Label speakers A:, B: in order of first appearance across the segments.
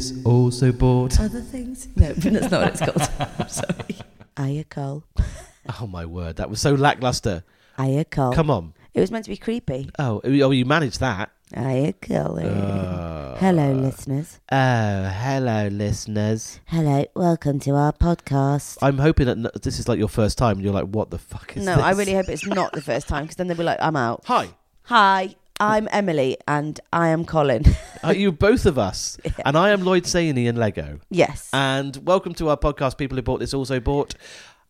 A: so bored.
B: Other things? No, but that's not what it's called. I'm sorry. Aya Cole.
A: Oh my word, that was so lackluster.
B: Aya Cole.
A: Come on.
B: It was meant to be creepy.
A: Oh, oh, you managed that.
B: Aya Cole.
A: Uh,
B: Hello, listeners.
A: Oh, hello, listeners.
B: Hello. Welcome to our podcast.
A: I'm hoping that n- this is like your first time. and You're like, what the fuck is
B: No,
A: this?
B: I really hope it's not the first time because then they'll be like, I'm out.
A: Hi,
B: Hi, I'm Emily and I am Colin.
A: are Uh, you both of us?
B: Yeah.
A: And I am Lloyd Saini in Lego.
B: yes.
A: And welcome to our podcast. People who bought this also bought.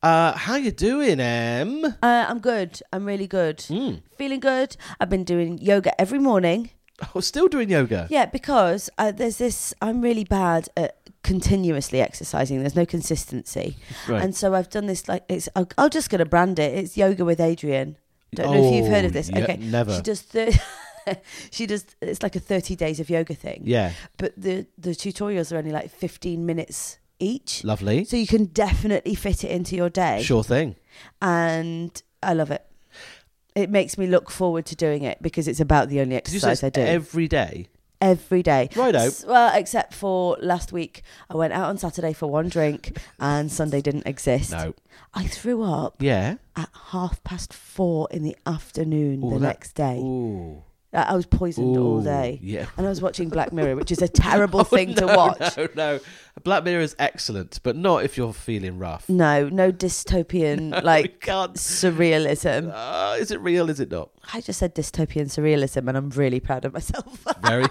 A: Uh, how you doing, Em?
B: Uh, I'm good. I'm really good.
A: Mm.
B: Feeling good. I've been doing yoga every morning.
A: Oh, still doing yoga.
B: Yeah, because uh, there's this, I'm really bad at continuously exercising. There's no consistency.
A: Right.
B: And so I've done this, like, it's, I'll, I'll just going to brand it. It's Yoga with Adrian. Don't know if you've heard of
A: Oh,
B: this.
A: yeah,
B: okay.
A: never.
B: She does, thir- she does, it's like a 30 days of yoga thing.
A: yeah,
B: But the, the tutorials are only like 15 minutes each.
A: lovely.
B: So you can definitely fit it into your day.
A: Sure thing.
B: and I love it. It makes me look forward to doing it because it's about the only
A: Did you say
B: exercise
A: it's
B: I do
A: every day?
B: every day.
A: Righto.
B: S- Well, except for last week, I went out on Saturday for one drink, and Sunday didn't exist.
A: No.
B: I threw up
A: Yeah.
B: at half past four in the afternoon
A: Ooh,
B: the
A: that-
B: next day.
A: Ooh.
B: I I was poisoned all
A: Ooh,
B: day,
A: Yeah.
B: and I was watching Black Mirror, which is a terrible
A: Oh,
B: thing to
A: no,
B: watch.
A: No, no. Black Mirror is excellent, but not if you're feeling rough.
B: No, no dystopian
A: You
B: like um,
A: can't.
B: surrealism.
A: Uh, is it real? Is it not?
B: I just said dystopian surrealism, and I'm really proud of myself.
A: Very.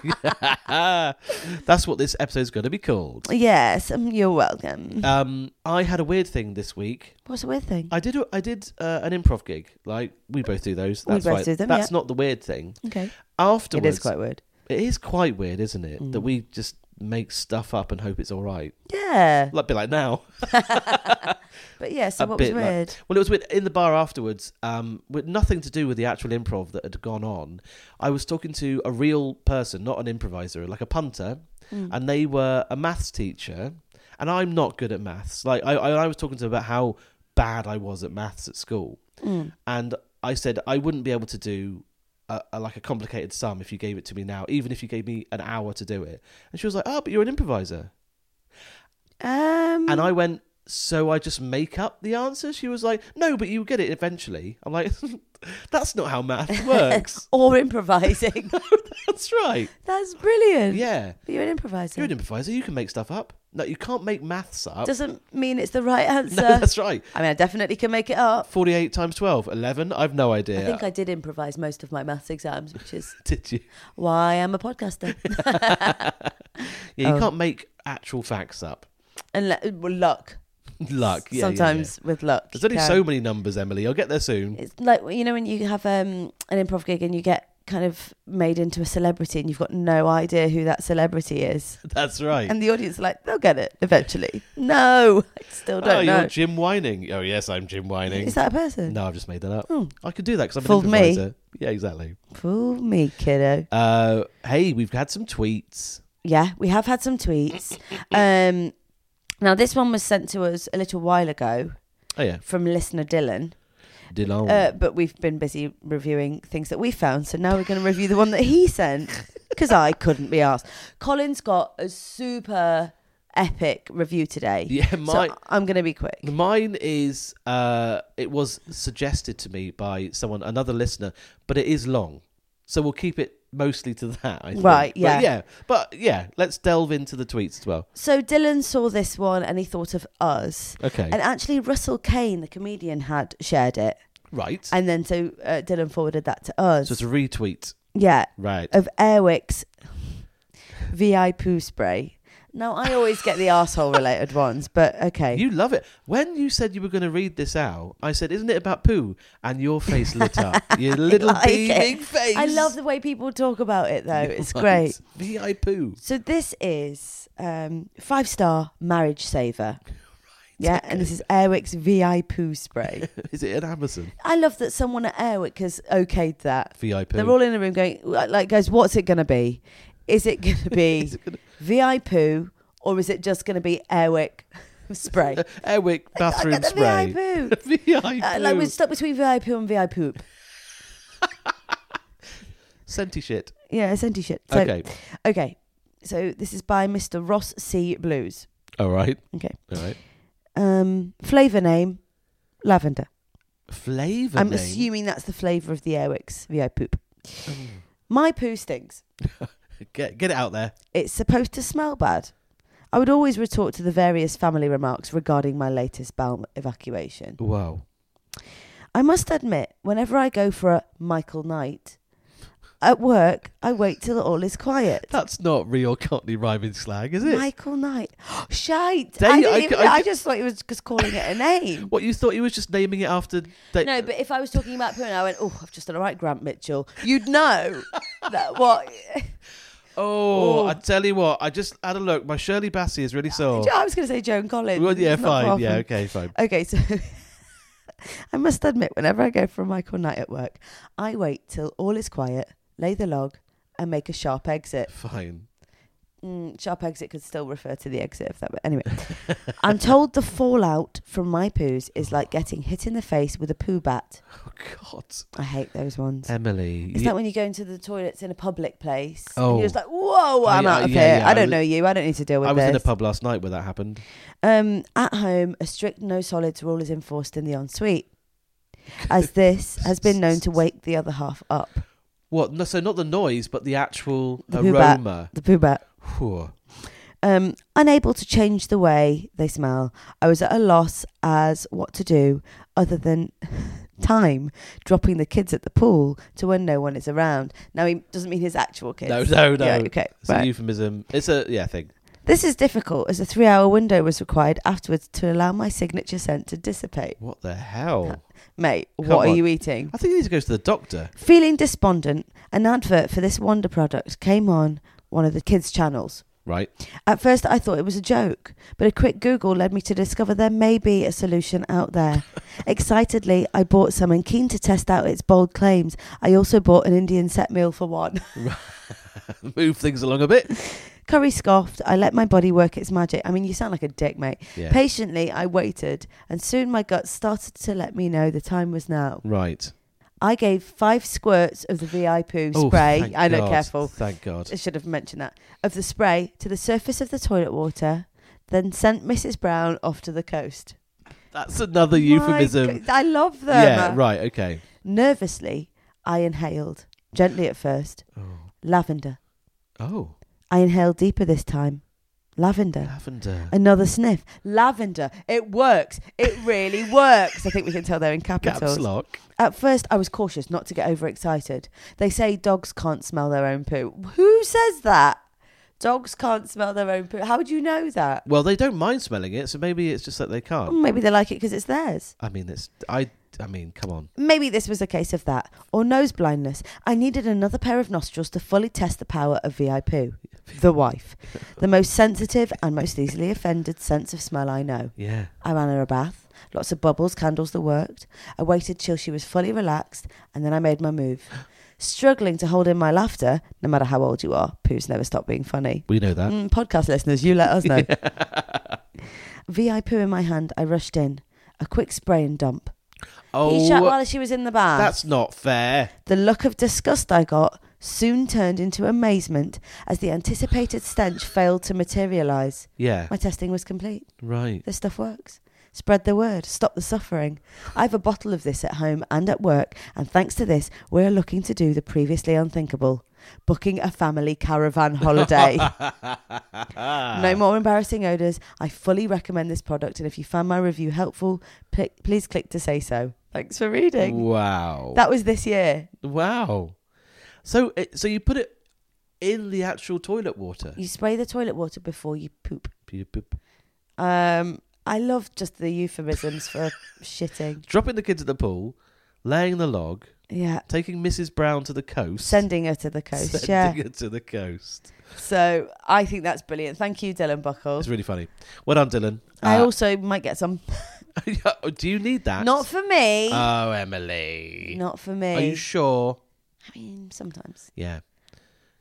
A: That's what this episode's going to be called.
B: Yes, um, you're welcome.
A: Um, I had a weird thing this week.
B: What's the weird thing?
A: I did. a- I did uh, an improv gig. Like we both do those.
B: We
A: That's
B: both
A: fine.
B: do them,
A: That's not the weird thing.
B: Okay. It
A: Afterwards,
B: is quite weird.
A: it is quite weird, isn't it? That we just make stuff up and hope it's all right.
B: Yeah.
A: Like be like now.
B: But yeah, so
A: a
B: what was
A: bit like-
B: weird?
A: Well, it was with, in the bar afterwards, um, with nothing to do with the actual improv that had gone on. I was talking to a real person, not an improviser, like a punter,
B: Mm.
A: and they were a maths teacher. And I'm not good at maths. Like I, I, I was talking to them about how bad I was at maths at school,
B: Mm.
A: and I said I wouldn't be able to do. A, a, like a complicated sum if you gave it to me now even if you gave me an hour to do it and she was like oh but you're an improviser
B: Um,
A: and I went, so I just make up the answer? She was like, no, but you get it eventually. I'm like, that's not how math works.
B: or improvising.
A: that's right.
B: That's brilliant.
A: Yeah.
B: But you're an improviser.
A: You're an improviser. You can make stuff up. No, you can't make maths up.
B: Doesn't mean it's the right
A: no,
B: answer.
A: that's right.
B: I mean, I definitely can make it up.
A: 48 times 12, 11. I've no idea.
B: I think I did improvise most of my maths exams, which is
A: Did you?
B: why I'm a podcaster.
A: Yeah, you
B: Oh.
A: can't make actual facts up.
B: and le- well, luck.
A: Luck. Yeah, yeah, yeah.
B: Sometimes with luck.
A: There's
B: you
A: only
B: can.
A: so many numbers, Emily. I'll get there soon.
B: It's like you know when you have um, an improv gig and you get kind of made into a celebrity and you've got no idea who that celebrity is,
A: That's right.
B: and the audience are like they'll get it eventually. No, I still
A: oh,
B: don't
A: you're
B: know.
A: Jim Whining. Oh, yes, I'm Jim Whining.
B: Is that a person?
A: No, I've just made that up.
B: Hmm.
A: I could do that because I'm
B: Fooled
A: an
B: me.
A: improviser. Yeah, exactly.
B: Fool me, kiddo.
A: Uh, hey, we've had some tweets.
B: Yeah, we have had some tweets. Um, now this one was sent to us a little while ago
A: Oh yeah,
B: from listener Dylan,
A: Dylan.
B: uh, but we've been busy reviewing things that we found, so now we're going to review the one that he sent because I couldn't be asked. Colin's got a super epic review today.
A: yeah, my
B: so I'm going to be quick.
A: mine is. Uh, it was suggested to me by someone, another listener, but it is long, so we'll keep it mostly to that. I think.
B: Right,
A: But
B: yeah.
A: yeah. But yeah, let's delve into the tweets as well.
B: So Dylan saw this one and he thought of us.
A: Okay.
B: And actually, Russell Kane, the comedian, had shared it.
A: right.
B: And then so uh, Dylan forwarded that to us.
A: so it's a retweet.
B: yeah,
A: Right.
B: of Airwick's VI poo spray. Now I always get the asshole related ones, but okay.
A: You love it. When you said you were going to read this out, I said, "Isn't it about poo?" And your face lit up. Your little
B: like it.
A: beaming face.
B: I love the way people talk about it though. It's
A: Right.
B: great.
A: Vi poo.
B: So this is um, five star marriage saver. Yeah, and this is Airwick's VI poo spray.
A: Is it an Amazon?
B: I love that someone at Airwick has okayed that.
A: Vi poo.
B: They're all in a room going, like, guys, what's it going to be? Is it going to be
A: Is it gonna-
B: VI poo or is it just going to be Airwick spray?
A: Airwick
B: I
A: bathroom
B: got the VI
A: spray.
B: poo.
A: VIP.
B: Uh, like we're stuck between VI poo and VI poop.
A: Scenty shit.
B: Yeah, scenty shit. So,
A: Okay.
B: Okay. So this is by Mr. Ross C. Blues.
A: All right.
B: Okay.
A: All right.
B: Um, flavor name, lavender.
A: Flavor.
B: I'm
A: name? Oh.
B: assuming that's the flavor of the Airwicks VI poop. My poo stinks.
A: Get get it out there.
B: It's supposed to smell bad. I would always retort to the various family remarks regarding my latest bowel evacuation.
A: Wow.
B: I must admit, whenever I go for a Michael Knight at work, I wait till all is quiet.
A: That's not real Cockney rhyming slang, is it?
B: Michael Knight. Shite.
A: They-
B: I, didn't
A: I-
B: even,
A: I-
B: I, just thought he was just calling it a name.
A: What you thought he was just naming it after? Da-
B: No, but if I was talking about poo and I went, oh, I've just done all right, Grant Mitchell, you'd know that what.
A: oh,
B: Oh.
A: I tell you what, I just had a look. My Shirley Bassey is really sore.
B: I was going to say Joan Collins.
A: Well, yeah,
B: It's not far
A: fine. Yeah,
B: from-
A: okay, fine.
B: Okay, so I must admit, whenever I go for a Michael Knight at work, I wait till all is quiet, lay the log, and make a sharp exit.
A: Fine.
B: Mm, sharp exit could still refer to the exit of that, but anyway. I'm told the fallout from my poos is like getting hit in the face with a poo bat.
A: Oh God,
B: I hate those
A: Uh,
B: ones.
A: Emily.
B: Is
A: you-
B: that when you go into the toilets in a public place? And
A: Oh.
B: you're just like, whoa, I'm
A: I- I-
B: out of
A: yeah,
B: here.
A: yeah,
B: I
A: I
B: don't
A: was-
B: know you. I don't need to deal with
A: I was
B: this.
A: in a pub last night where that happened.
B: Um, at home, a strict no solids rule is enforced in the ensuite, as this has been known to wake the other half up.
A: What? No, so not the noise, but the actual
B: The poo bat.
A: aroma.
B: The poo bat.
A: Phew.
B: Um, unable to change the way they smell, I was at a loss as what to do other than time dropping the kids at the pool to when no one is around. Now he doesn't mean his actual kids.
A: No, no, no.
B: Yeah, okay.
A: It's a
B: right.
A: euphemism. It's a yeah thing.
B: This is difficult as a three-hour window was required afterwards to allow my signature scent to dissipate.
A: What the hell?
B: Mate,
A: Come on.
B: what are you eating?
A: I think he needs to go to the doctor.
B: Feeling despondent, an advert for this wonder product came on one of the kids' channels.
A: Right.
B: At first, I thought it was a joke, but a quick Google led me to discover there may be a solution out there. Excitedly, I bought some and keen to test out its bold claims. I also bought an Indian set meal for one.
A: Move things along a bit.
B: Curry scoffed. I let my body work its magic. I mean, you sound like a dick, mate.
A: Yeah.
B: Patiently, I waited, and soon my gut started to let me know the time was now.
A: right.
B: I gave five squirts of the VI poo
A: Oh,
B: spray.
A: thank
B: I know,
A: God.
B: careful.
A: Thank God.
B: I should have mentioned that. Of the spray to the surface of the toilet water, then sent Mrs. Brown off to the coast.
A: That's another
B: My
A: euphemism.
B: go- I love them.
A: Yeah. Right. Okay.
B: Nervously, I inhaled, gently at first,
A: Oh.
B: lavender.
A: Oh.
B: I inhaled deeper this time, lavender.
A: Lavender.
B: Another sniff, lavender. It works. It really works. I think we can tell they're in capitals.
A: Caps lock.
B: At first, I was cautious not to get overexcited. They say dogs can't smell their own poo. Who says that? Dogs can't smell their own poo. How would you know that? Mm,
A: Well, they don't mind smelling it, so maybe it's just that they can't.
B: Maybe they like it because it's theirs.
A: I mean, it's I. I mean, come on.
B: Maybe this was a case of that, or nose blindness. I needed another pair of nostrils to fully test the power of VI poo. The wife, the most sensitive and most easily offended sense of smell I know.
A: Yeah.
B: I ran her a bath, lots of bubbles, candles that worked. I waited till she was fully relaxed, and then I made my move. Struggling to hold in my laughter, no matter how old you are, poos never stop being funny.
A: We know that.
B: Mm, podcast listeners, you let us know. VI poo in my hand, I rushed in. A quick spray and dump. he shot
A: Oh,
B: while she was in the bath.
A: that's not fair.
B: The look of disgust I got soon turned into amazement as the anticipated stench failed to materialise.
A: Yeah.
B: My testing was complete.
A: Right.
B: This stuff works. Spread the word. Stop the suffering. I've a bottle of this at home and at work, and thanks to this, we're looking to do the previously unthinkable booking a family caravan holiday. no more embarrassing odours. I fully recommend this product, and if you found my review helpful, pl- please click to say so. Thanks for reading.
A: Wow.
B: That was this year.
A: wow. So, it, so you put it in the actual toilet water.
B: You spray the toilet water before you poop.
A: You poop.
B: Um, I love just the euphemisms for shitting.
A: Dropping the kids at the pool, laying the log,
B: Yeah.
A: taking Mrs. Brown to the coast,
B: Sending her to the coast.
A: sending
B: yeah.
A: her to the coast.
B: So I think that's brilliant. Thank you, Dylan Buckle.
A: It's really funny. Well done, Dylan.
B: I
A: Uh, oh,
B: also might get some.
A: do you need that?
B: Not for me.
A: Oh, Emily.
B: Not for
A: Are
B: me.
A: you sure?
B: I mean, sometimes.
A: Yeah.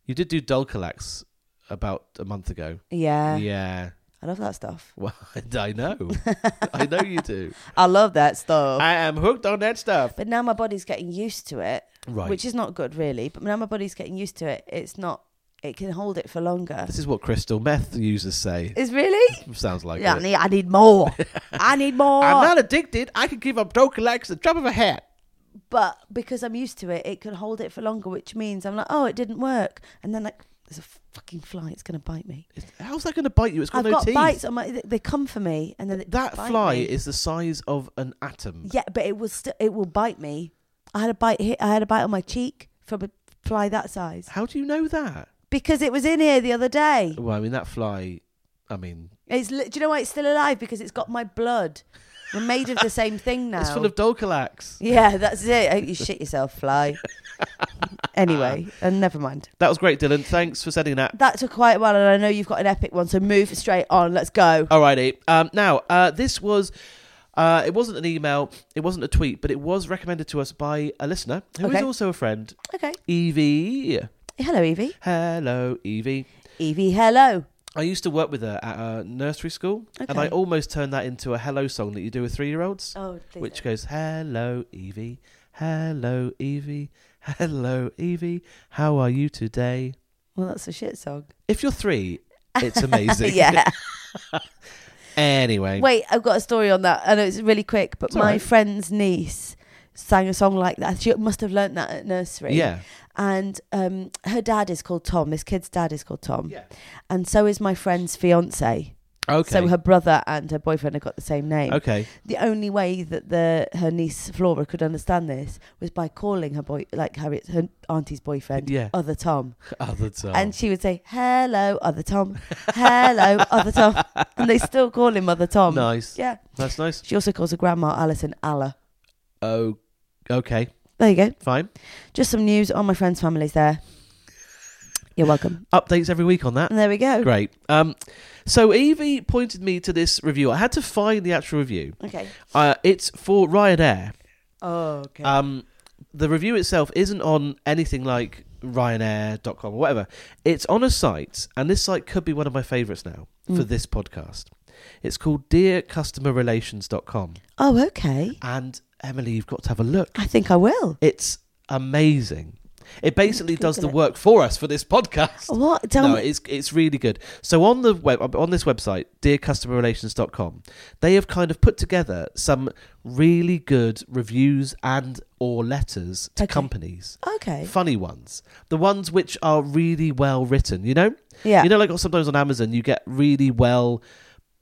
A: You did do Dulcolax about a month ago.
B: Yeah.
A: yeah.
B: I love that stuff.
A: Well, I know. I know you do.
B: I love that stuff.
A: I am hooked on that stuff.
B: but now my body's getting used to it,
A: Right.
B: which is not good, really. But now my body's getting used to it. It's not. it can hold it for longer.
A: This is what crystal meth users say.
B: Is really?
A: Sounds like
B: yeah, I
A: it.
B: need, I need more. I need more.
A: I'm not addicted. I could give up Dopalax the drop of a hat.
B: but because I'm used to it, it can hold it for longer, which means I'm like, oh, it didn't work. And then like, there's a fucking fly. It's gonna bite me.
A: It's- How's that going to bite you? It's got
B: I've
A: no
B: got
A: teeth.
B: bites on my. They come for me, and then it
A: That
B: bite
A: fly
B: me.
A: is the size of an atom.
B: Yeah, but it will still. It will bite me. I had a bite. Hit, I had a bite on my cheek from a fly that size
A: How do you know that?
B: because it was in here the other day.
A: Well, I mean, that fly, I mean,
B: It's. li- Do you know why it's still alive? Because it's got my blood. We're made of the same thing now.
A: it's full of Dopalax.
B: Yeah, that's it. I hope you shit yourself, fly. anyway, and never mind.
A: That was great, Dylan. Thanks for sending that.
B: That took quite a while, and I know you've got an epic one, so move straight on. Let's go.
A: Alrighty. Um, now, uh, this was. Uh, it wasn't an email, it wasn't a tweet, but it was recommended to us by a listener who is
B: Okay.
A: also a friend,
B: Okay.
A: Evie.
B: Hello, Evie.
A: Hello, Evie.
B: Evie, hello.
A: I used to work with her at uh, nursery school, and
B: Okay.
A: I almost turned that into a hello song that you do with three year olds,
B: Oh, please
A: which goes, Hello, Evie. Hello, Evie. Hello, Evie. How are you today?
B: Well, that's a shit song.
A: If you're three, it's amazing.
B: yeah.
A: Anyway,
B: Wait, I've got a story on that. I know it's really quick, but
A: It's all
B: my
A: right.
B: friend's niece sang a song like that. She must have learnt that at nursery.
A: yeah.
B: And um, her dad is called Tom. This kid's dad is called Tom.
A: Yeah.
B: And so is my friend's fiance.
A: Okay.
B: So her brother and her boyfriend have got the same name.
A: okay.
B: the only way that the her niece Flora could understand this was by calling her boy, like her her auntie's boyfriend,
A: Yeah. Oh.
B: other Tom,
A: Other time.
B: and she would say, "Hello, other Tom, hello, other Tom," and they still call him other Tom.
A: nice.
B: Yeah.
A: That's nice.
B: She also calls her grandma Alison Allah.
A: Oh, okay.
B: There you go.
A: Fine.
B: Just some news on my friend's family's there. You're welcome.
A: Updates every week on that.
B: And there we go.
A: Uh, Great. Um, so Evie pointed me to this review. I had to find the actual review.
B: Okay.
A: Uh, it's for Ryanair.
B: Oh, okay.
A: Um, the review itself isn't on anything like Ryanair.com or whatever. It's on a site, and this site could be one of my favourites now for
B: Mm.
A: this podcast. It's called DearCustomerRelations.com.
B: oh, okay.
A: And Emily, you've got to have a look.
B: I think I will.
A: It's amazing. It basically does the
B: Google it.
A: work for us for this podcast.
B: What? Tell
A: no,
B: me.
A: it's it's really good. So on the web on this website, dearcustomerrelations.com, they have kind of put together some really good reviews and or letters to
B: Okay.
A: companies.
B: Okay.
A: Funny ones. The ones which are really well written, you know?
B: Yeah.
A: You know like sometimes on Amazon you get really well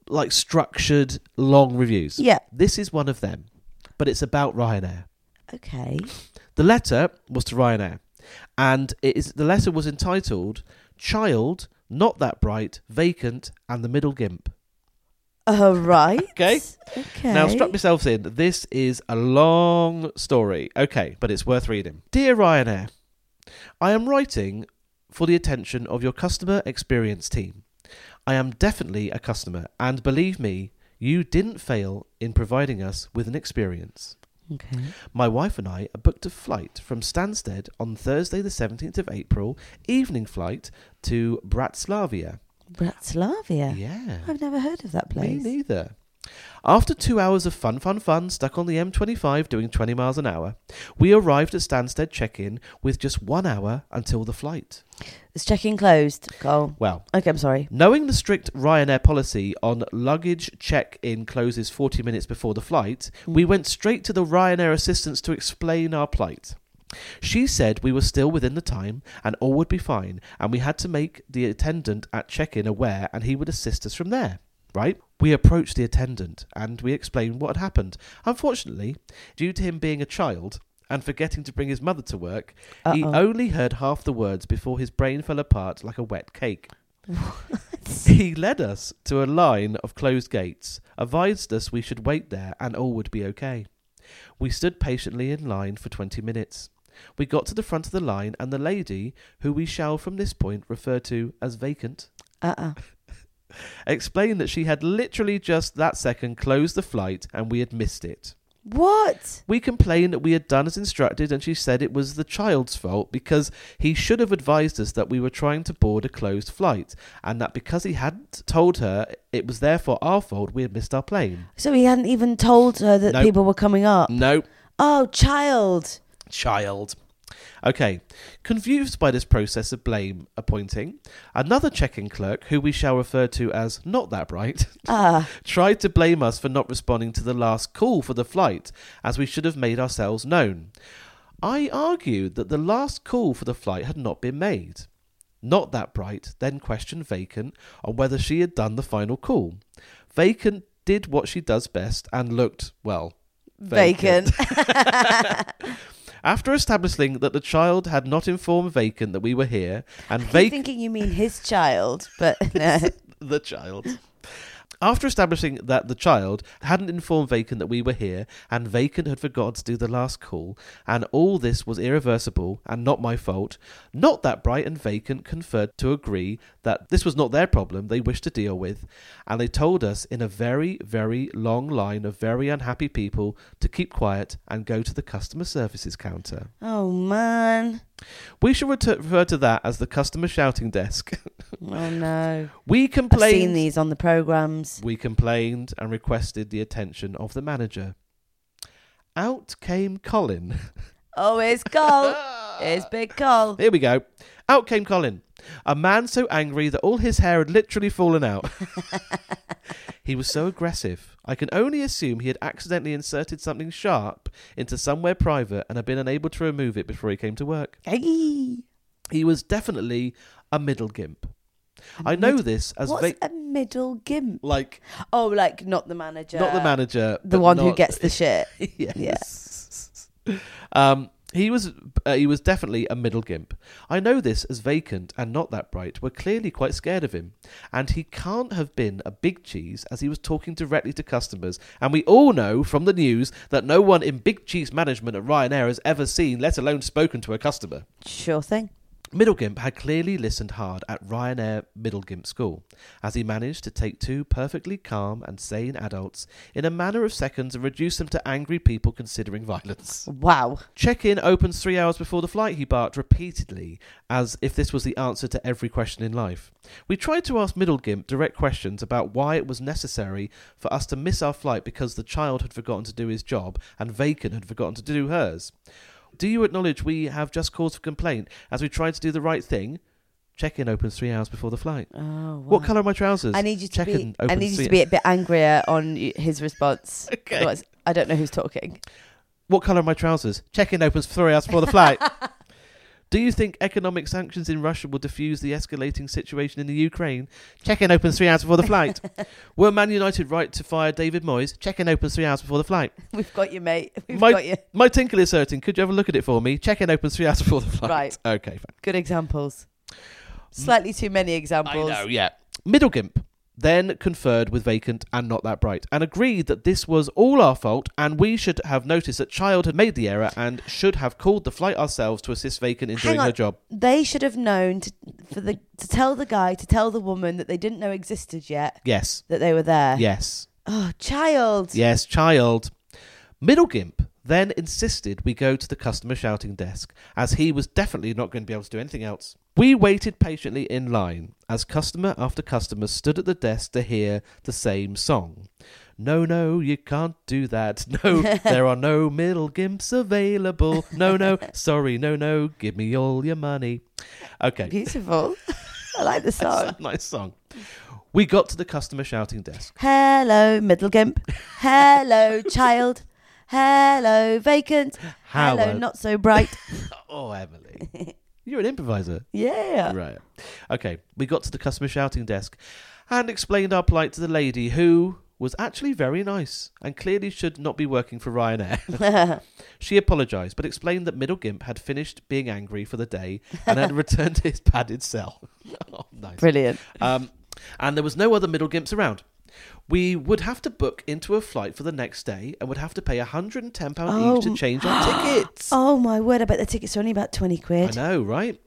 A: like structured long reviews.
B: yeah.
A: This is one of them. But it's about Ryanair.
B: Okay.
A: The letter was to Ryanair, and it is the letter was entitled "Child, Not That Bright, Vacant, and the Middle Gimp."
B: All right.
A: Okay.
B: Okay.
A: Now, I've struck myself in. This is a long story. Okay, but it's worth reading. Dear Ryanair, I am writing for the attention of your customer experience team. I am definitely a customer, and believe me, you didn't fail in providing us with an experience.
B: Okay.
A: My wife and I booked a flight from Stansted on Thursday, the 17th of April, evening flight to Bratislava.
B: Bratislavia.
A: Yeah.
B: I've never heard of that
A: Me
B: place.
A: neither. After two hours of fun, fun, fun, stuck on the M25 doing 20 miles an hour, we arrived at Stansted check in with just one hour until the flight.
B: It's check-in closed, Cole.
A: Well,
B: Okay, I'm sorry.
A: Knowing the strict Ryanair policy on luggage check in closes 40 minutes before the flight, we went straight to the Ryanair assistants to explain our plight. She said we were still within the time and all would be fine, and we had to make the attendant at check in aware and he would assist us from there. Right? We approached the attendant and we explained what had happened. Unfortunately, due to him being a child and forgetting to bring his mother to work, he
B: Uh-oh.
A: only heard half the words before his brain fell apart like a wet cake. He led us to a line of closed gates, advised us we should wait there and all would be okay. We stood patiently in line for 20 minutes. We got to the front of the line and the lady, who we shall from this point refer to as vacant,
B: Uh-uh.
A: explained that she had literally just that second closed the flight and we had missed it.
B: What?
A: We complained that we had done as instructed, and she said it was the child's fault because he should have advised us that we were trying to board a closed flight, and that because he hadn't told her, it was therefore our fault we had missed our plane.
B: So he hadn't even told her that
A: Nope.
B: people were coming up.
A: No,
B: Oh, child.
A: child. Okay. Confused by this process of blame appointing, another check in clerk, who we shall refer to as not that bright,
B: Ah,
A: tried to blame us for not responding to the last call for the flight, as we should have made ourselves known. I argued that the last call for the flight had not been made. Not that bright then questioned Vacant on whether she had done the final call. Vacant did what she does best and looked, well,
B: vacant.
A: After establishing that the child had not informed Vacant that we were here, and
B: I keep
A: Vacant
B: thinking you mean his child, but no.
A: the child. After establishing that the child hadn't informed Vacant that we were here, and Vacant had forgotten to do the last call, and all this was irreversible and not my fault, not that Bright and Vacant conferred to agree that this was not their problem they wished to deal with, and they told us in a very, very long line of very unhappy people to keep quiet and go to the customer services counter.
B: Oh man.
A: We shall retur- refer to that as the customer shouting desk.
B: Oh no.
A: we
B: I've
A: complained.
B: seen these on the programs.
A: We complained and requested the attention of the manager. Out came Colin.
B: Oh, it's Col. it's Big Col.
A: Here we go. Out came Colin, a man so angry that all his hair had literally fallen out. he was so aggressive. I can only assume he had accidentally inserted something sharp into somewhere private and had been unable to remove it before he came to work.
B: Hey.
A: He was definitely a middle gimp. I know this as
B: What's
A: vac-
B: a middle gimp?
A: like
B: Oh, like not the manager.
A: not the manager,
B: The
A: but
B: one who
A: not-
B: gets the shit.
A: yes. Um, he was uh, he was definitely a middle gimp. I know this as vacant and not that bright were clearly quite scared of him, and he can't have been a big cheese as he was talking directly to customers. And we all know from the news that no one in big cheese management at Ryanair has ever seen, let alone spoken to a customer.
B: Sure thing.
A: Middle Gimp had clearly listened hard at Ryanair Middle Gimp School, as he managed to take two perfectly calm and sane adults in a matter of seconds and reduce them to angry people considering violence.
B: Wow.
A: Check in opens three hours before the flight, he barked repeatedly, as if this was the answer to every question in life. We tried to ask Middle Gimp direct questions about why it was necessary for us to miss our flight because the child had forgotten to do his job and Vacant had forgotten to do hers. Do you acknowledge we have just cause for complaint as we tried to do the right thing? Check in opens three hours before the flight.
B: Oh, wow.
A: What colour are my trousers?
B: I need you to
A: Check
B: be.
A: in
B: I
A: opens
B: need you
A: three-
B: to be a bit angrier on y- his response.
A: Okay.
B: Otherwise, I don't know who's talking.
A: What colour are my trousers? Check in opens three hours before the flight. Do you think economic sanctions in Russia will defuse the escalating situation in the Ukraine? Check in opens three hours before the flight. Were Man United right to fire David Moyes? Check in opens three hours before the flight.
B: We've got you, mate. We've
A: My-
B: got you.
A: My tinkle is hurting. Could you have a look at it for me? Check in opens three hours before the flight.
B: Right.
A: Okay, fine.
B: Good examples. Slightly too many examples.
A: I know, yeah. Middle Gimp then conferred with Vacant and Not That Bright and agreed that this was all our fault and we should have noticed that Child had made the error and should have called the flight ourselves to assist Vacant in
B: Hang
A: doing her
B: on.
A: job.
B: They should have known to, for the to tell the guy to tell the woman that they didn't know existed yet
A: Yes.
B: that they were there.
A: Yes.
B: Oh, child.
A: Yes, Child. Middle Gimp then insisted we go to the customer shouting desk as he was definitely not going to be able to do anything else. We waited patiently in line as customer after customer stood at the desk to hear the same song. No, no, you can't do that. No, there are no middle gimps available. No, no, sorry, no, no, give me all your money. Okay.
B: Beautiful. I like the song.
A: That's a nice song. We got to the customer shouting desk.
B: Hello, middle gimp. Hello, child. Hello, vacant.
A: How?
B: Hello, not so bright.
A: oh, Emily. You're an improviser.
B: Yeah.
A: Right. Okay. We got to the customer shouting desk and explained our plight to the lady who was actually very nice and clearly should not be working for Ryanair. she apologised but explained that Middle Gimp had finished being angry for the day and had returned to his padded cell. oh, nice.
B: Brilliant.
A: Um, and there was no other middle gimps around. We would have to book into a flight for the next day and would have to pay £110 each
B: Oh.
A: to change our tickets.
B: Oh my word, I bet the tickets are only about 20
A: I
B: quid.
A: know, right?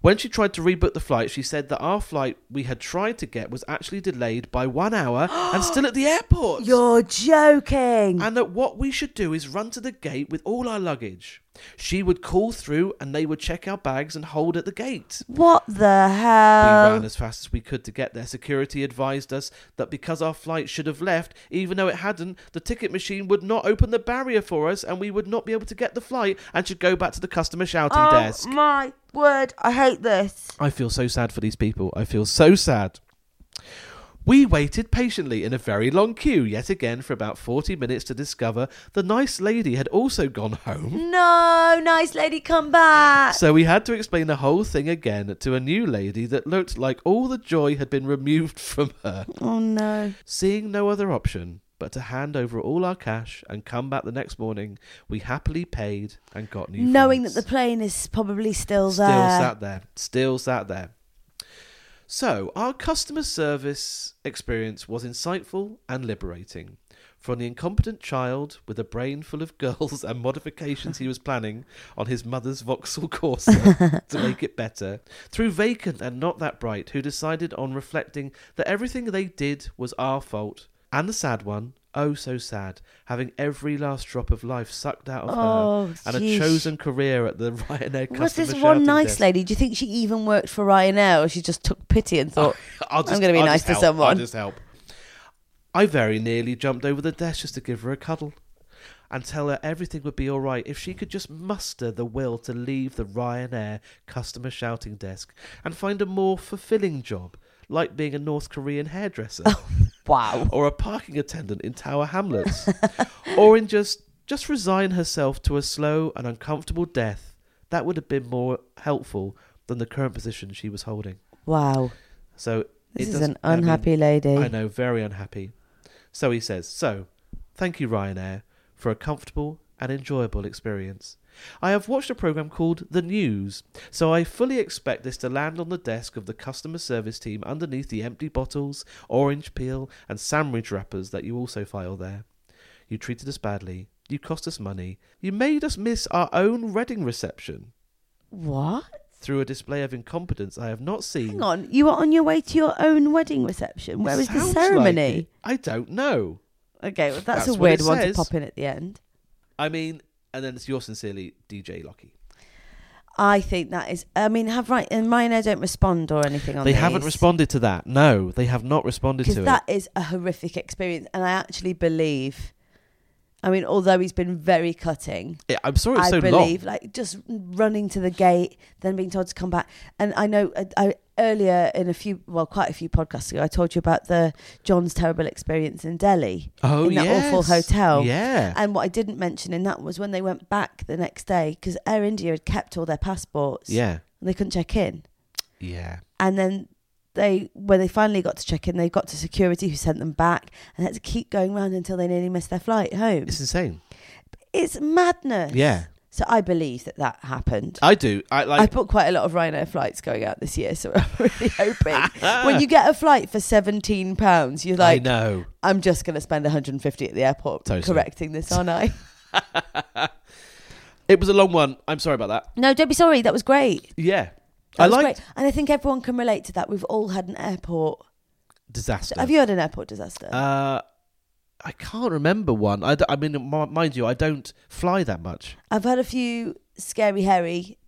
A: When she tried to rebook the flight, she said that our flight we had tried to get was actually delayed by one hour and still at the airport.
B: You're joking.
A: and that what we should do is run to the gate with all our luggage. She would call through and they would check our bags and hold at the gate.
B: What the
A: we ran
B: hell?
A: as fast as we could to get there. Security advised us that because our flight should have left, even though it hadn't, the ticket machine would not open the barrier for us and we would not be able to get the flight and should go back to the customer shouting
B: Oh
A: desk.
B: my word! I hate this.
A: I feel so sad for these people. I feel so sad. We waited patiently in a very long queue yet again for about 40 minutes to discover the nice lady had also gone home.
B: No, nice lady, come back.
A: So we had to explain the whole thing again to a new lady that looked like all the joy had been removed from her.
B: Oh no.
A: Seeing no other option but to hand over all our cash and come back the next morning, we happily paid and got new
B: Knowing
A: flights.
B: that the plane is probably still there.
A: Still sat there. Still sat there. So, our customer service experience was insightful and liberating. From the incompetent child with a brain full of girls and modifications he was planning on his mother's Vauxhall Corsa to make it better, through vacant and not that bright, who decided on reflecting that everything they did was our fault, and the sad one, oh so sad, having every last drop of life sucked out of her
B: oh,
A: and
B: jeez.
A: a chosen career at the Ryanair customer
B: Was this one
A: shouting
B: nice
A: desk.
B: lady? Do you think she even worked for Ryanair or she just took pity and thought,
A: I'll just,
B: I'm gonna be
A: I'll
B: nice
A: just
B: to
A: help.
B: someone.
A: I'll just help. I very nearly jumped over the desk just to give her a cuddle and tell her everything would be all right if she could just muster the will to leave the Ryanair customer shouting desk and find a more fulfilling job, like being a North Korean hairdresser
B: wow.
A: or a parking attendant in Tower Hamlets, or in just just resign herself to a slow and uncomfortable death. That would have been more helpful than the current position she was holding.
B: Wow.
A: So it
B: This is an
A: doesn't- I mean,
B: unhappy lady.
A: I know, very unhappy. So he says, So, thank you, Ryanair, for a comfortable and enjoyable experience. I have watched a program called The News, so I fully expect this to land on the desk of the customer service team underneath the empty bottles, orange peel, and sandwich wrappers that you also file there. You treated us badly. You cost us money. You made us miss our own Reading reception.
B: What?
A: Through a display of incompetence I have not seen.
B: Hang on. You were on your way to your own wedding reception. Where was the
A: Sounds like
B: ceremony?
A: it. I don't know.
B: okay, well, that's,
A: That's
B: a
A: what
B: weird
A: it
B: one to
A: says.
B: pop in at the end.
A: I mean, and then it's yours sincerely, DJ Lockie.
B: I think that is. I mean, have right and Ryanair don't respond or anything on
A: They
B: these.
A: haven't responded to that. No, they have not responded
B: because
A: to
B: that is a horrific experience, and I actually believe. I mean, although he's been very cutting,
A: it. I'm sorry Oh, it's
B: I
A: so
B: believe like just running to the gate, then being told to come back. And I know I, I earlier in a few, well, quite a few podcasts ago, I told you about the John's terrible experience in Delhi.
A: long. Oh,
B: in that awful
A: yes.
B: hotel.
A: Yeah.
B: And what I didn't mention in that was when they went back the next day because Air India had kept all their passports.
A: yeah.
B: And they couldn't check in.
A: Yeah.
B: And then they, when they finally got to check in, they got to security who sent them back and had to keep going round until they nearly missed their flight home.
A: It's insane.
B: It's madness.
A: Yeah.
B: So I believe that that happened.
A: I do. I
B: I
A: like.
B: put quite a lot of Ryanair flights going out this year, so I'm really hoping when you get a flight for seventeen pounds, you're
A: I
B: like,
A: know.
B: I'm just going to spend 150 at the airport
A: Totally.
B: correcting this, aren't I?
A: It was a long one. I'm sorry about that.
B: no, don't be sorry. That was great.
A: Yeah.
B: That
A: I
B: was
A: like
B: great. and I think everyone can relate to that. We've all had an airport.
A: disaster.
B: Have you had an airport disaster?
A: Uh, I can't remember one. I, d- I mean, m- mind you, I don't fly that much.
B: I've had a few scary, hairy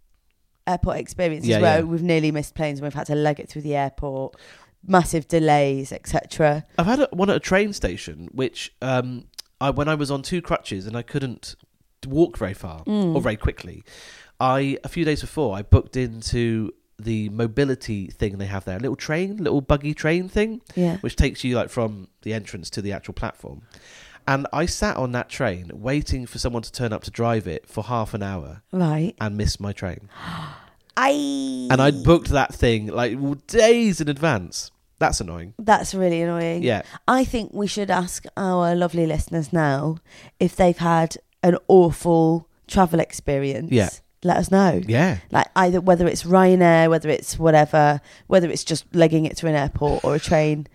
B: airport experiences
A: Yeah,
B: where
A: yeah.
B: we've nearly missed planes and we've had to leg it through the airport, massive delays, etc.
A: I've had a, one at a train station, which um, I when I was on two crutches and I couldn't walk very far
B: Mm.
A: or very quickly. I a few days before I booked into the mobility thing they have there, a little train, little buggy train thing,
B: Yeah.
A: which takes you like from the entrance to the actual platform. And I sat on that train waiting for someone to turn up to drive it for half an hour
B: Right.
A: and missed my train.
B: I.
A: And I'd booked that thing like days in advance. That's annoying.
B: That's really annoying.
A: Yeah.
B: I think we should ask our lovely listeners now if they've had an awful travel experience.
A: Yeah.
B: Let us know.
A: Yeah.
B: Like either whether it's Ryanair, whether it's whatever, whether it's just legging it to an airport or a train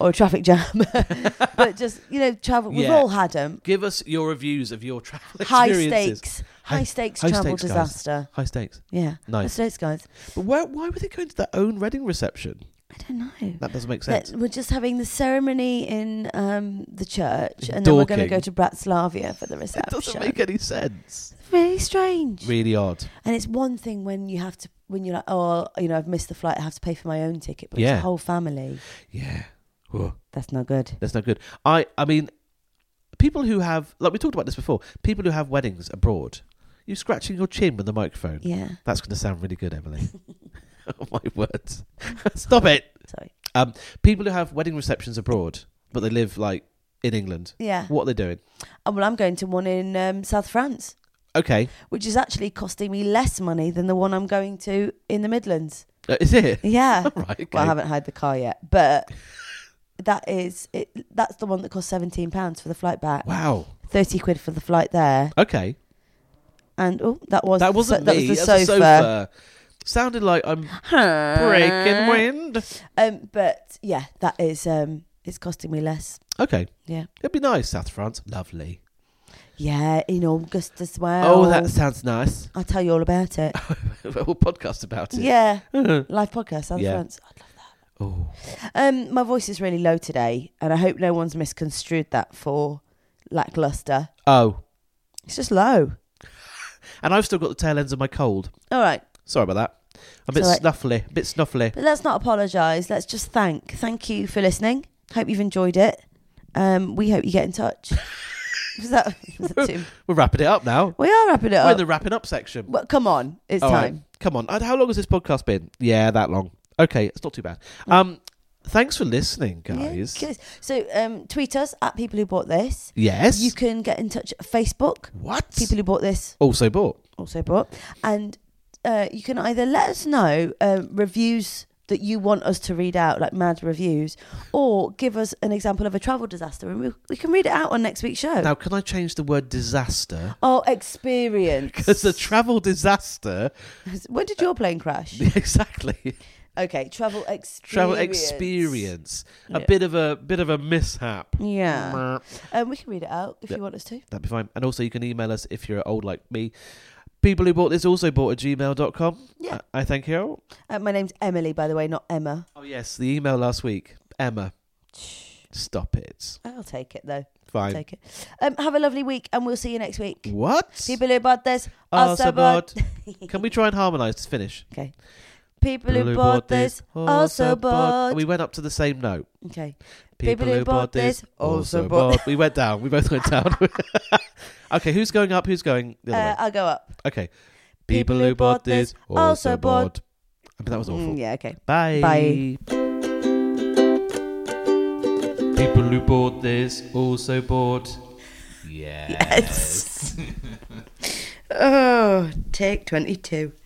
B: or a traffic jam. but just, you know, travel. We've
A: Yeah.
B: all had them.
A: Give us your reviews of your travel
B: High
A: experiences.
B: stakes. High,
A: High-
B: stakes
A: high
B: travel
A: stakes, guys.
B: disaster.
A: High stakes.
B: Yeah. High
A: Nice.
B: stakes, guys.
A: But where, why were they going to their own Reading reception?
B: I don't know.
A: That doesn't make
B: That
A: sense.
B: we're just having the ceremony in um, the church, and then we're going to go
A: Dorking.
B: to Bratislava for the
A: It
B: reception.
A: doesn't make any sense.
B: really strange.
A: Really odd.
B: and it's one thing when you have to, when you're like, oh, you know, I've missed the flight, I have to pay for my own ticket, but it's
A: Yeah.
B: the whole family.
A: Yeah. Whoa.
B: That's not good.
A: That's not good. I I mean, people who have like we talked about this before. People who have weddings abroad, you scratching your chin with the microphone.
B: Yeah.
A: That's going to sound really good, Emily. oh my words! Stop it. Um,
B: Sorry.
A: People who have wedding receptions abroad, but they live like in England.
B: Yeah.
A: What are they doing?
B: Oh, well, I'm going to one in um, South France,
A: Okay,
B: which is actually costing me less money than the one I'm going to in the Midlands.
A: Uh, is it
B: Yeah.
A: All right? Okay.
B: Well, I haven't hired the car yet, but that is it. That's the one that cost seventeen pounds for the flight back,
A: Wow.
B: thirty quid for the flight there,
A: Okay.
B: and oh, that was
A: That wasn't
B: that
A: me.
B: was the
A: That's a
B: sofa. Uh,
A: sofa. Sounded like I'm breaking wind.
B: Um, but yeah, that is um, it's costing me less.
A: Okay.
B: Yeah,
A: It'd be nice, South France. Lovely.
B: yeah, in August as well.
A: Oh, that sounds nice.
B: I'll tell you all about it.
A: we'll podcast about it.
B: yeah, live podcast, South
A: Yeah.
B: France.
A: Oh,
B: Um, my voice is really low today, and I hope no one's misconstrued that for lackluster.
A: oh,
B: It's just low.
A: and I've still got the tail ends of my cold.
B: All right.
A: Sorry about that. I'm a bit
B: It's all right.
A: snuffly. A bit snuffly.
B: But let's not apologise. Let's just thank. Thank you for listening. Hope you've enjoyed it. Um, we hope you get in touch. was that, was that too-
A: We're wrapping it up now.
B: We are wrapping it
A: We're in
B: up.
A: the wrapping up section.
B: well, come on, it's
A: All right.
B: time.
A: Come on. Uh, How long has this podcast been? Yeah, that long. Okay, it's not too bad. Um, thanks for listening,
B: Mm. Yeah,
A: guys.
B: good. so um, tweet us at people who bought this.
A: Yes.
B: You can get in touch at Facebook.
A: what?
B: People who bought this
A: also bought.
B: also bought, Oh, and uh, you can either let us know um, reviews that you want us to read out, like mad reviews, or give us an example of a travel disaster, and we, we can read it out on next week's show.
A: Now, can I change the word disaster?
B: Oh, experience.
A: Because the travel disaster.
B: when did your plane crash?
A: exactly.
B: Okay, travel experience.
A: Travel experience. A
B: Yeah.
A: bit of a bit of a mishap.
B: Yeah.
A: Mer.
B: Um, we can read it out if
A: Yeah.
B: you want us to.
A: That'd be fine. And also, you can email us if you're old like me. People who bought this also bought at gmail.com.
B: Yeah.
A: I, I thank you.
B: Uh, my name's Emily, by the way, not Emma.
A: Oh, yes. The email last week. Emma, stop it.
B: I'll take it though.
A: Fine.
B: Take it. Um, have a lovely week, and we'll see you next week.
A: what? Ah,
B: People who bought this,
A: Also
B: also bought.
A: Can we try and harmonise to finish?
B: Okay. People who bought this, also bought.
A: We went up to the same note.
B: Okay. People who bought this also bought.
A: We went down. We both went down. okay, who's going up? Who's going the
B: Uh,
A: other
B: I'll go up.
A: way? Okay.
B: people who bought this also bought-
A: I mean, that was awful.
B: Mm, yeah. Okay.
A: Bye.
B: Bye.
A: People who bought this also bought. Yeah.
B: Yes. oh, take twenty-two.